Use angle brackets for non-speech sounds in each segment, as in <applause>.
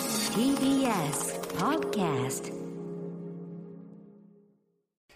TBS Podcast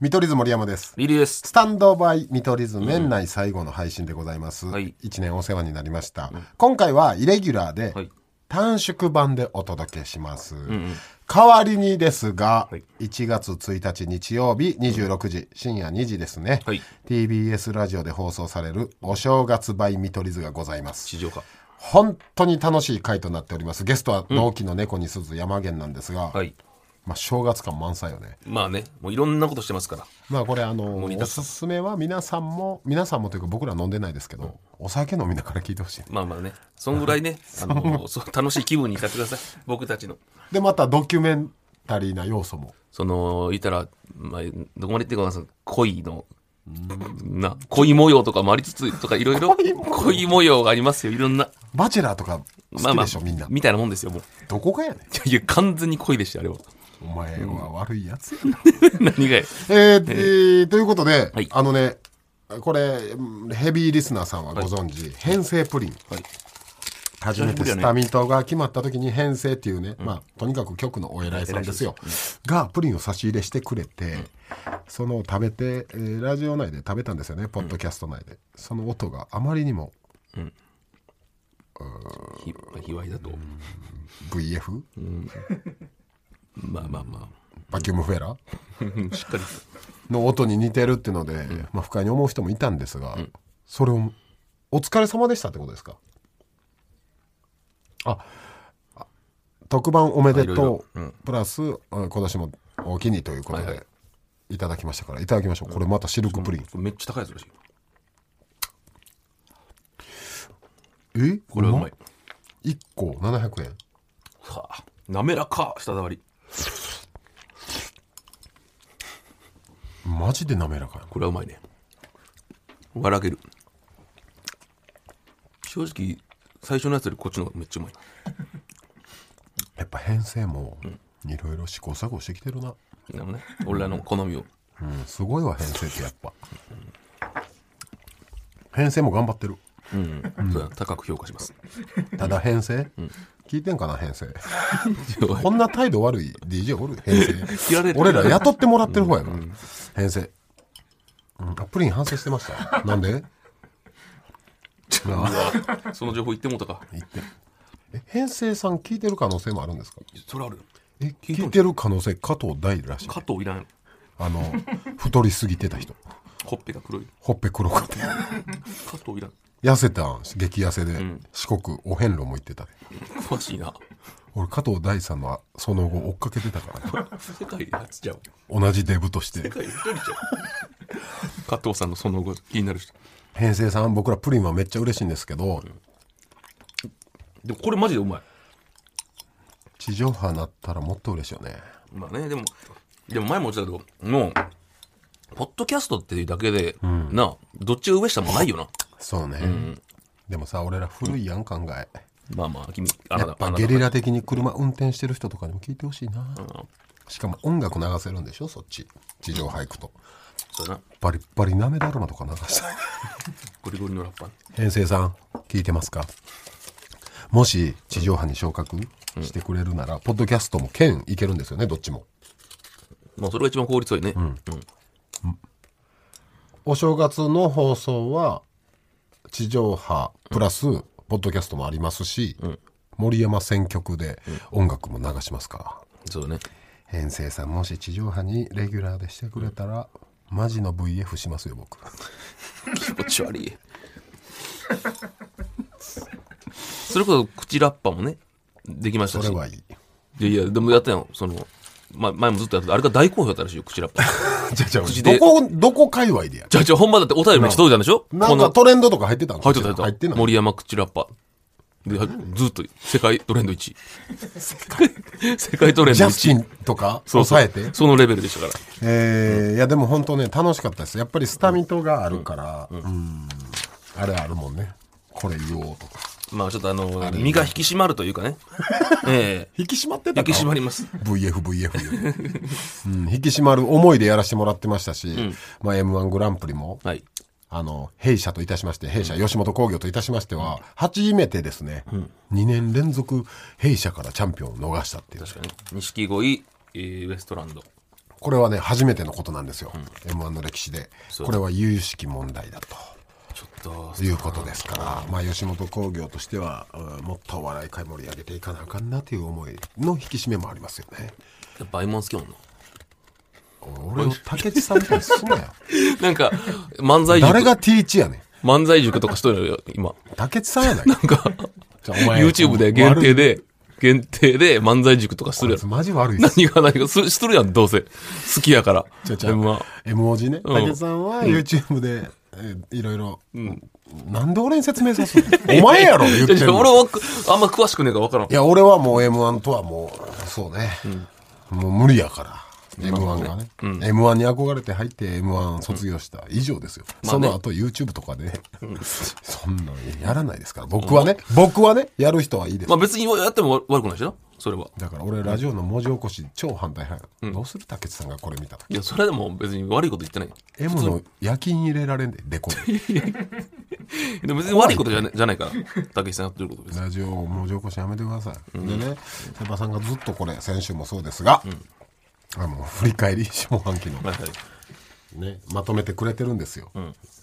見取り図森山ですミリです。スタンドバイ見取り図年内最後の配信でございます、はい一年お世話になりました、今回はイレギュラーではい短縮版でお届けします、代わりにですが、はい1月1日日曜日26時、深夜2時ですね、はい TBS ラジオで放送されるお正月バイ見取り図がございます地上か。本当に楽しい回となっておりますゲストは同期の猫に鈴山源なんですが、はい。まあ正月感満載よねまあね、もういろんなことしてますから。まあこれあの森お田すすめは皆さんも皆さんもというか僕ら飲んでないですけどお酒飲みながら聞いてほしいまあまあね、そんぐらいね、あの、そう楽しい気分にさせてください。僕たちの。でまたドキュメンタリーな要素もその、言ったら、まあ、どこまで言っていいかわかんないですけど恋の、な、恋模様とかもありつつ、とかいろいろ、恋模様がありますよ、いろんな。バチェラーとか好きでしょみんなみたいなもんですよ、もう。どこがやねんいや、完全に恋でしたよ、あれは。お前は悪いやつやな <laughs> 何がやえーえーということではいあのねこれうんヘビーリスナーさんはご存知編成プリンはい。初めてスタミントが決まった時に編成っていうね、まあとにかく局のお偉いさんですよ、がプリンを差し入れしてくれて、その食べて、えーラジオ内で食べたんですよねポッドキャスト内で、その音があまりにもひ、ひわいだと。 VF、まあまあまバキュームフェラーあ。しっかり。の音に似てるっていうので、まあ、不快に思う人もいたんですが、それをお疲れ様でしたってことですかああ特番おめであいろいろとう、プラスあ今年も大きにということで、はいいはいただきましたからいただきましょうこれまたシルクプリン、めっちゃ高いやつらしい。えこれはうまい。 1個700円はあ、滑らか、舌触り。マジで滑らかやこれはうまいね笑ける正直最初のやつよりこっちの方がめっちゃうまいやっぱ編成もいろいろ試行錯誤してきてるな、なのね俺らの好みをうん、すごいわ編成ってやっぱ編成も頑張ってるうん、そうだ高く評価します <laughs> ただ編成、聞いてんかな編成こんな態度悪い DJ おる編嫌成われる俺ら雇ってもらってる方やから、編成、うん、あプリン反省してましたなんでその情報言ってもうたかえ編成さん聞いてる可能性もあるんですかそれあるえ聞いて聞るいてる可能性加藤大らしい加藤いらんあの太りすぎてた人ほっぺが黒いほっぺ黒かった加藤いらん痩せたん激痩せで、四国お遍路も行ってたで詳しいな俺加藤大さんのその後追っかけてたからね世界でやつちゃう同じデブとして世界で一人ちゃう加藤さんのその後気になる人編成さん僕らプリンはめっちゃ嬉しいんですけど、でもこれマジでうまい地上波なったらもっと嬉しいよねまあね、でも、でも前も言ってたけど、もう、ポッドキャストっていうだけで、なあ、どっちが上下もないよな。そうね、でもさ俺ら古いやん考え、まあまあ、君、あやな、ったぱあなゲたリラ的に車運転してる人とかにも聞いてほしいな、しかも音楽流せるんでしょそっち地上波行くとそうだな、バリッバリなめだるまとか流 <laughs> したいゴリゴリのラッパーね。編成さん聞いてますかもし地上波に昇格してくれるなら、ポッドキャストも兼いけるんですよねどっちもまあ、それが一番効率はいいね。うん。お正月の放送は地上波プラスポッドキャストもありますし、森山選曲で音楽も流しますかそうだね。ら編成さんもし地上波にレギュラーでしてくれたら、マジの VF しますよ僕気持ち悪い。 <laughs> それこそ、口ラッパーもね、できましたそし。れはいいいやいや、でもやったよ。その、まあ、前もずっとやってた。あれが大好評だったらしいよ、口ラッパ <laughs> ー。じゃあじゃあ口どでこどこ界隈でやるじゃあ、じゃあ、本場だってお便りも届いたんでしょなこんのかトレンドとか入ってたん入ってた、入っ入っててた。ない森山口ラッパー。で、はずっと世界トレンド1位。世界トレンジドャステ1ィ位。ンとかそうそ抑うえてそのレベルでしたから。えーいやでも本当ね楽しかったですやっぱりスタミトがあるから、うんあれあるもんねこれ言おうとかまあちょっとあの、身が引き締まるとい <laughs> うかね。え引き締まってえ引たきか締まります。 VFVF、VF うん、引き締まる思いでやらせてもらってましたし、まあ、m 1グランプリもはい。あの、弊社といたしまして、弊社吉本興業といたしましては、初めてですね、2年連続弊社からチャンピオンを逃したっていう。確かに。錦鯉、えーウエストランド。これはね、初めてのことなんですよ。M1 の歴史で。そうこれは有識問題だと。ちょっと、いうことですから、まあ、吉本興業としては、うんもっとお笑い界盛り上げていかなあかんなという思いの引き締めもありますよね。バイモン好きもんの。俺を竹内さんみたいにすんな <laughs> よ。なんか、漫才誰塾、が T 1やねん。漫才塾とかしとるよ、今。竹内さんやないか。なんか、じゃあお前 YouTube で限定。で、限定で漫才塾とかする悪やいろ。マジ悪いっす。 <laughs> 何が何が、すしとるやん、どうせ。好きやから。ちゃちゃでもまあ M 文字ね。ん竹内さんは YouTube で、えいろいろ。なんで俺に説明さすのお前やろ言ってん <laughs> いやの俺はくあんま詳しくねえから分からんい。や、俺はもう M1 とはもう、そうね。もう無理やから。M1 がね。M1 に憧れて入って M1 卒業した以上ですよ。まあそねの後 YouTube とかで、 <laughs> そんなんやらないですから。僕はね、僕はね、やる人はいいですまあ。別にやっても悪くないしな、それは。だから俺ラジオの文字起こし超反対派やどうする竹内さんがこれ見た時いや、それでも別に悪いこと言ってない。 M の夜勤入れられんで、デコに。でも別に悪いことじゃ,、ね、じゃないから、たけしさんやってること別に。ラジオ文字起こしやめてください。でね、セパさんがずっとこれ、先週もそうですが、あの、振り返り下半期のはいはい。ね、まとめてくれてるんですよ。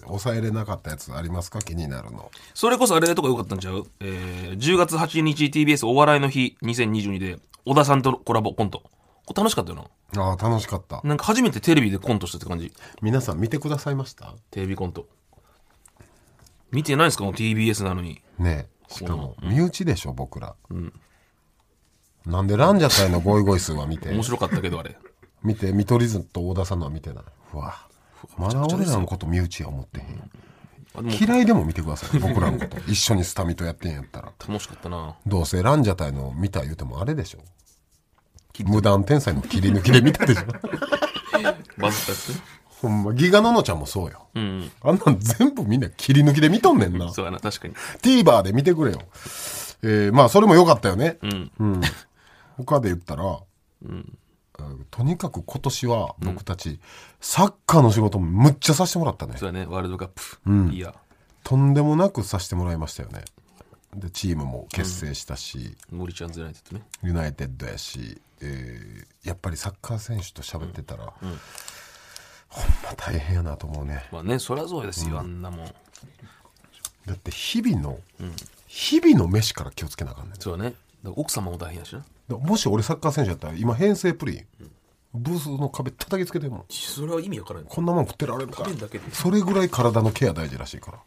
抑えれなかったやつありますか気になるの。それこそあれとか良かったんちゃう、えー、10月8日 TBS お笑いの日2022で小田さんとコラボコント。これ楽しかったよああ、楽しかった。な。なんか初めてテレビでコントしたって感じ。皆さん見てくださいましたテレビコント。見てないんすかこの TBS なのに。ねえしかも、身内でしょ、僕ら。なんでランジャタイのゴイゴイスーは見て、面白かったけどあれ。見て、見取り図と大田さんのは見てない。うわ。まだ俺らのこと身内は思ってへん。あでも嫌いでも見てください、僕らのこと。一緒にスタミとやってんやったら。楽しかったな。どうせランジャタイの見た言うてもあれでしょ。無断天才の切り抜きで見たでしょ。バズったやつね。ほんま、ギガののちゃんもそうよ。うんあんなん全部みんな切り抜きで見とんねんう。。なんそうやな、確かに。 TVer で見てくれよ。えー、まあ、それも良かったよね。うん。他で言ったら、うんとにかく今年は僕たち、サッカーの仕事もむっちゃさせてもらったね。そうやね、ワールドカップ。いや、とんでもなくさせてもらいましたよね。で、チームも結成したし、森ちゃんズライテッドね。ユナイテッドやし、えーやっぱりサッカー選手と喋ってたら、ほんま大変やなと思うね。まあね、そりゃそうですよ、あんなもん。だって日々の、日々の飯から気をつけなあかんねんそうやね。だから奥様も大変やしな。だもし俺サッカー選手やったら今編成プリン、ブースの壁叩きつけてるもんそれは意味わからない。こんなもん食ってられるか食べんだけでそれぐらい体のケア大事らしいから、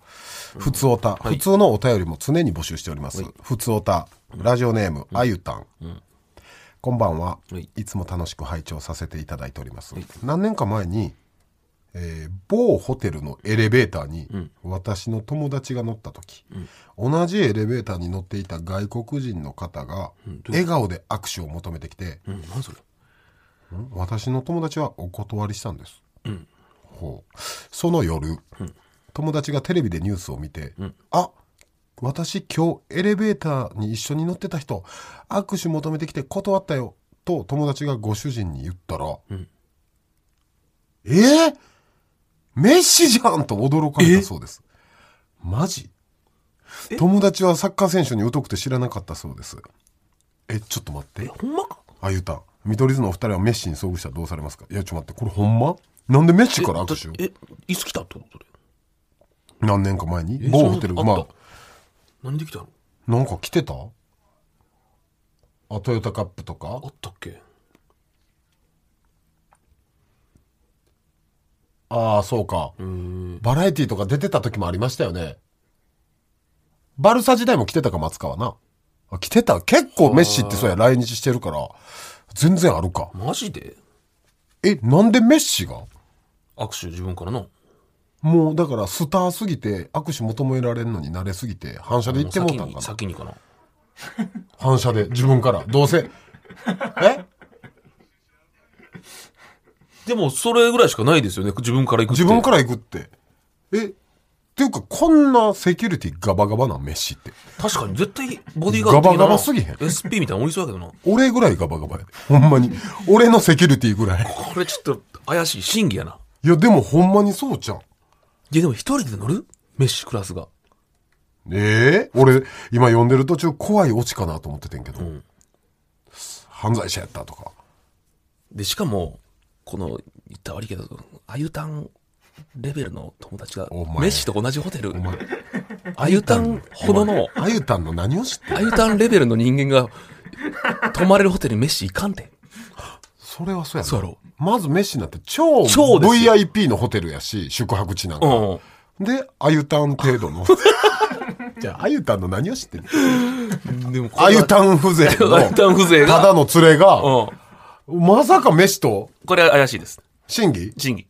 普通おた、普通のお便りも常に募集しております、普通おたラジオネーム、あゆたん、こんばんは、はいい、つも楽しく拝聴させていただいております、何年か前に、えー某ホテルのエレベーターに私の友達が乗った時、同じエレベーターに乗っていた外国人の方が笑顔で握手を求めてきて、うん、何それ。ん私の友達はお断りしたんです、ほうその夜、友達がテレビでニュースを見て「あ私今日エレベーターに一緒に乗ってた人握手求めてきて断ったよ」と友達がご主人に言ったら「えーメッシじゃん!」と驚かれたそうですマジ友達はサッカー選手に疎くて知らなかったそうですえちょっと待ってほんまかあゆたん見取り図のお二人はメッシに遭遇したらどうされますかいやちょっと待ってこれほんまなんでメッシから握手をえ、だえいつ来たってこと何年か前にえ某ホテルそんなまあっあた何できたのなんか来てたあトヨタカップとかあったっけああそうかバラエティーとか出てた時もありましたよねバルサ時代も来てたか松川なあ来てた結構メッシってそうや来日してるから全然あるかマジでえなんでメッシが握手自分からの。もうだからスターすぎて握手求められるのに慣れすぎて反射で行ってもうたんかもうな先に先にかな。反射で自分からどうせえでも、それぐらいしかないですよね。自分から行くって。自分からら行くってえっていうかこんなセキュリティガバガバなメッシって確かに、絶対、ボディーガード的なガバガバすぎへん SP みたいなのおりそうやけどな。俺ぐらいガバガバやでほんまに俺のセキュリティぐらいこれちょっと、怪しい。審議やな。いやでもほんまにそうじゃんいや、でも一人で乗るメッシクラスが。ええ俺、今読んでる途中怖いオチかなと思っててんけど。犯罪者やったとか。で、しかも、この、言ったら悪いけど、あゆたんレベルの友達が、お前メッシと同じホテル、あゆたんほどの、あゆたんの何を知ってあゆたんレベルの人間が、泊まれるホテルにメッシ行かんて。それはそうやなそうやろまずメッシなんて超超ですよ VIP のホテルやし、宿泊地なんか。うん。で、あゆたん程度 <laughs> の。じゃあ、あゆたんの何を知ってるでもこあれはゆたん風情 <laughs> の、あゆたん風情がただの連れが、うん。まさかメシとこれは怪しいです。審議審議。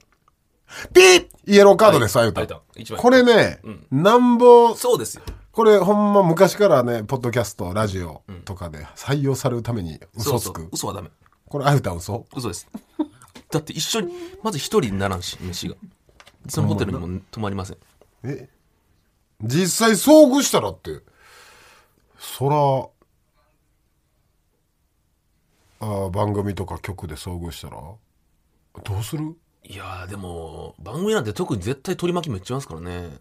ピーイエローカードです、あゆたあんゆたん一。枚これね、なんぼ、そうですよ。これほんま昔からね、ポッドキャスト、ラジオとかで採用されるために嘘つそうそうく。嘘はダメ。これあゆたん嘘嘘です。だって一緒に、まず一人にならんし、飯が。そのホテルにも泊まりません。え実際遭遇したらってそらあー番組とか局で遭遇したらどうするいやーでも、番組なんて特に絶対取り巻きもいっちゃいますからね。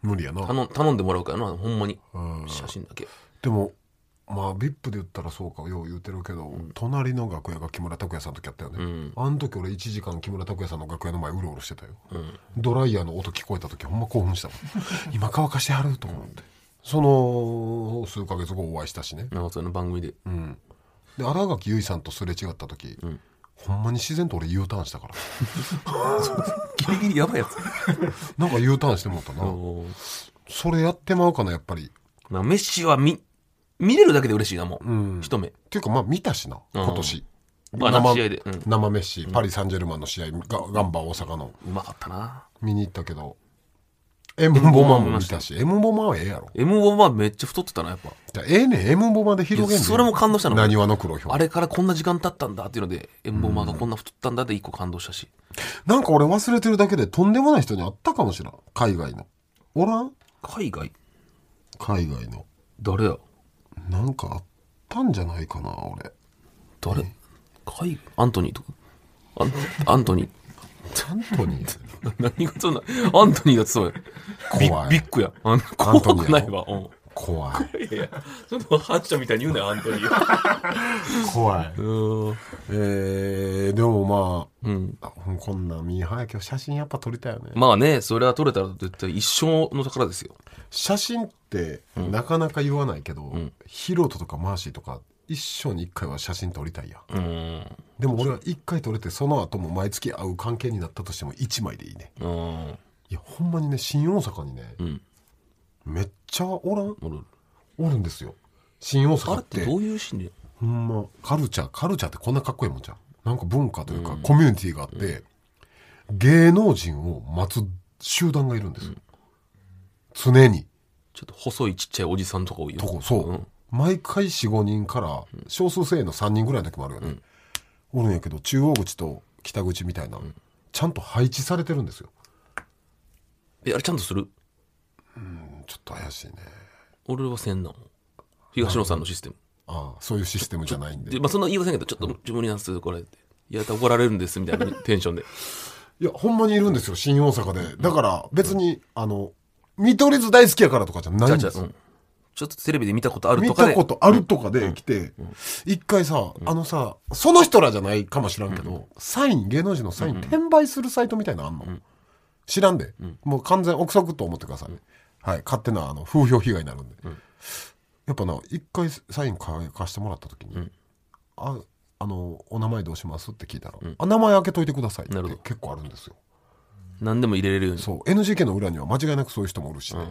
無理やな頼ん頼んでもらうからな、ほんまに。写真だけ。でもまあ VIP で言ったらそうかよう言うてるけど、隣の楽屋が木村拓哉さんの時やったよね、あの時俺1時間木村拓哉さんの楽屋の前うろうろしてたよ、ドライヤーの音聞こえた時ほんま興奮 <laughs> したもん今乾かしてはると思ってその数ヶ月後お会いしたしね、なんかその番組で。で新垣結衣さんとすれ違った時、ほんまに自然と俺 U ターンしたからギリギリやばいやつ。なんか U ターンしてもうたな、おーそれやってまうかなやっぱりっまあ、メッシは見、見れるだけで嬉しいな、もう。一目。ていうかまあ見たしな今年、まあ生試合でうん生メッシパリ・サンジェルマンの試合がガンバ大阪のうまかったな。見に行ったけどエムボマも見たしエムボマはええやろ M1 はめっちゃ太ってたな、やっぱ。じゃあええねんエムボマで広げんねんいやそれも感動したのなにわの黒ひょうあれからこんな時間経ったんだっていうので、エンボマーがこんな太ったんだって一個感動したし。なんか俺忘れてるだけでとんでもない人に会ったかもしらん海外のおらん海外海外の誰やなんかあったんじゃないかな俺誰海外アントニーとかアンアントニー。ちゃんとに <laughs> 何がそんな、アントニーだってそうや。ビ怖いビッグや。あアのン怖トニーくやなろいわ。うん怖いいやいや、その反射みたいに言うなよ、アントニー。怖い。 <laughs> うんえー、でもまあ、あこんなミーハーやけど写真やっぱ撮りたいよね。まあね、それは取れたら絶対一生の宝ですよ。写真ってなかなか言わないけど、ヒロトとかマーシーとか一生に一回は写真撮りたいやん。うん。でも俺は一回撮れてその後も毎月会う関係になったとしても一枚でいいね。うん。いやほんまにね新大阪にね、んめっちゃおらんおるおるおるんですよ。新大あ阪れっっててどういうシーンでほんまカルチャーカルチャーってこんなかっこいいもんじゃんなんか文化というか、コミュニティがあって、芸能人を待つ集団がいるんですよ、常にちょっと細いちっちゃいおじさんとか多いよ。とこそう、ん毎回45人から少数精鋭の3人ぐらいの時もあるよね、おるんやけど中央口と北口みたいな、ちゃんと配置されてるんですよえ、あれちゃんとするうんちょっと怪しいね俺はせんなもん東野さんのシステム。ああそういうシステムじゃないんでで、まあ、そんな言いませんけど、ちょっと自分になんすこれって。いや、怒られるんです、みたいなテンションで。いやほんまにいるんですよ新大阪でだから別に、あの見取り図大好きやからとかじゃないんじでゃあすじよゃあうんちょっとテレビで見たことある見とかたで。ことあるとかで来て、一回さ、あのさ、その人らじゃないかもしらんけど、サイン、芸能人のサイン転売するサイトみたいなのあんの知らんで。もう完全憶測と思ってくださいね。はい、勝手なあの風評被害になるんで。やっぱな、一回サイン貸貸してもらった時に、あ、あの、お名前どうしますって聞いたら、あ、名前開けといてくださいってなるほど結構あるんですよ。何でも入れれるように。そそう、NGK の裏には間違いなくそういう人もおるしね。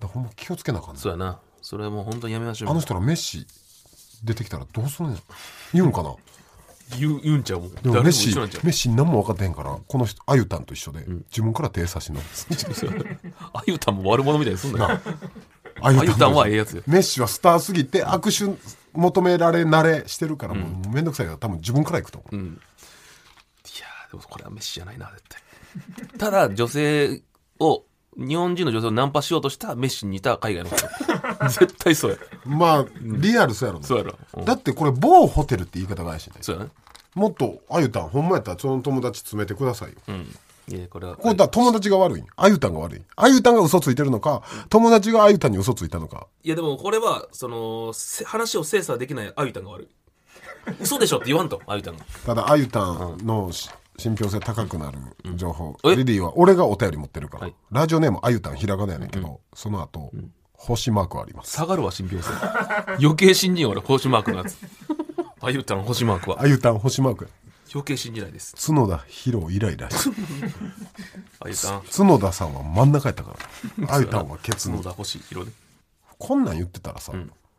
だからほんま気をつけなあかんねうやな。それはもう本当にやめましょう。あの人らメッシ出てきたらどうするんや言うんかな言う言うんちゃうもん。でもメッシメ誰も一緒なんちゃうッシ何も分かってへんからこの人あゆたんと一緒で、自分から手差 <laughs> し伸べす <laughs> あゆたんも悪者みたいにすんなよ。ああゆたんはええやつよメッシはスターすぎて握手求められ慣れしてるからもう面倒くさいから多分自分から行くと思う、いやーでもこれはメッシじゃないな、絶対。ただ、女性を、日本人の女性をナンパしようとしたメッシに似た海外の <laughs> 人。絶対そうや。まあリアルそうやろなそうやろ。うんだってこれ某ホテルって言い方がやしねそうやね。もっとあゆたんほんまやったらその友達詰めてくださいよ、いやこれはこうだ友達が悪いんあゆたんが悪いあゆたんが嘘ついてるのか友達があゆたんに嘘ついたのかいやでもこれはそのせ話を精査できないあゆたんが悪い嘘でしょって言わんとあゆたんがただあゆたんのし信憑性高くなる情報、うんえリリーは俺がお便り持ってるから、はいラジオネームあゆたんひらがなやねんけど、その後、星マークあります下がるわ信憑性余計信じんよ俺星マークのやつあゆたん星マークはあゆたん星マークや余計信じないです角田博イライラしあゆたん角田さんは真ん中やったからあゆたんはケツ角の田星色ねこんなん言ってたらさ、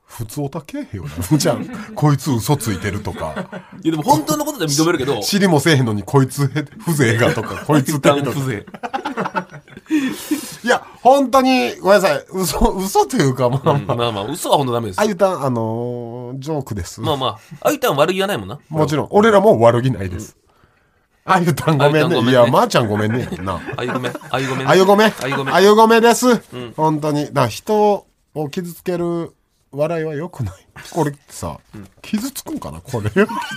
普通おたけへんよなじゃあこいつ嘘ついてるとかいやでも本当のことでは認めるけ <laughs> ど尻もせえへんのにこいつ <laughs> 風情がとかこいつだけ断とか風情いや本当にごめんなさい嘘嘘というかまあうんまあまあ嘘は本当ダメですあゆたんあのージョークです、まあまああゆたん悪気はないもんなもちろん俺らも悪気ないです、あゆたんごめんねあゆたんごめんねいやまー、ちゃんごめんねやんな <laughs> あゆごめんあゆごめんあゆごめん。あゆごめんあゆごめです。本当に。だから人を傷つける笑いは良くない。 <laughs> これさ、傷つくんかなこれ。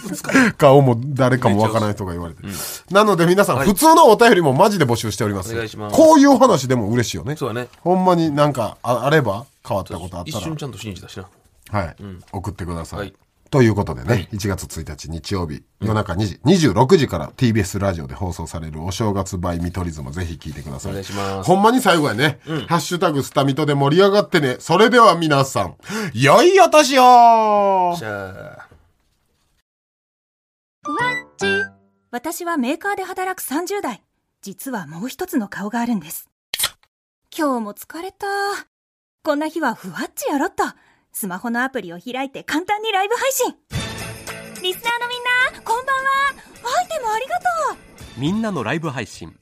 <laughs> 顔も誰かもわからない人が言われて。なので皆さん、普通のお便りもマジで募集しております。お願いしますこういうお話でも嬉しいよね。そうだねほんまになんかああれば変わったことあっ一たら瞬。ちゃんと信じたしなはい、送ってください、はいということでね、1月1日日曜日、夜中2時、26時から TBS ラジオで放送されるお正月バイ見取り図もぜひ聞いてください。お願いしますほんまに最後やね、ハッシュタグスタミトで盛り上がってね。それでは皆さん、良いお年をじゃあ私はメーカーで働く30代。実はもう一つの顔があるんです。今日も疲れた。こんな日はふわっちやろっと。スマホのアプリを開いて簡単にライブ配信。リスナーのみんな、こんばんは。アイテムありがとう。みんなのライブ配信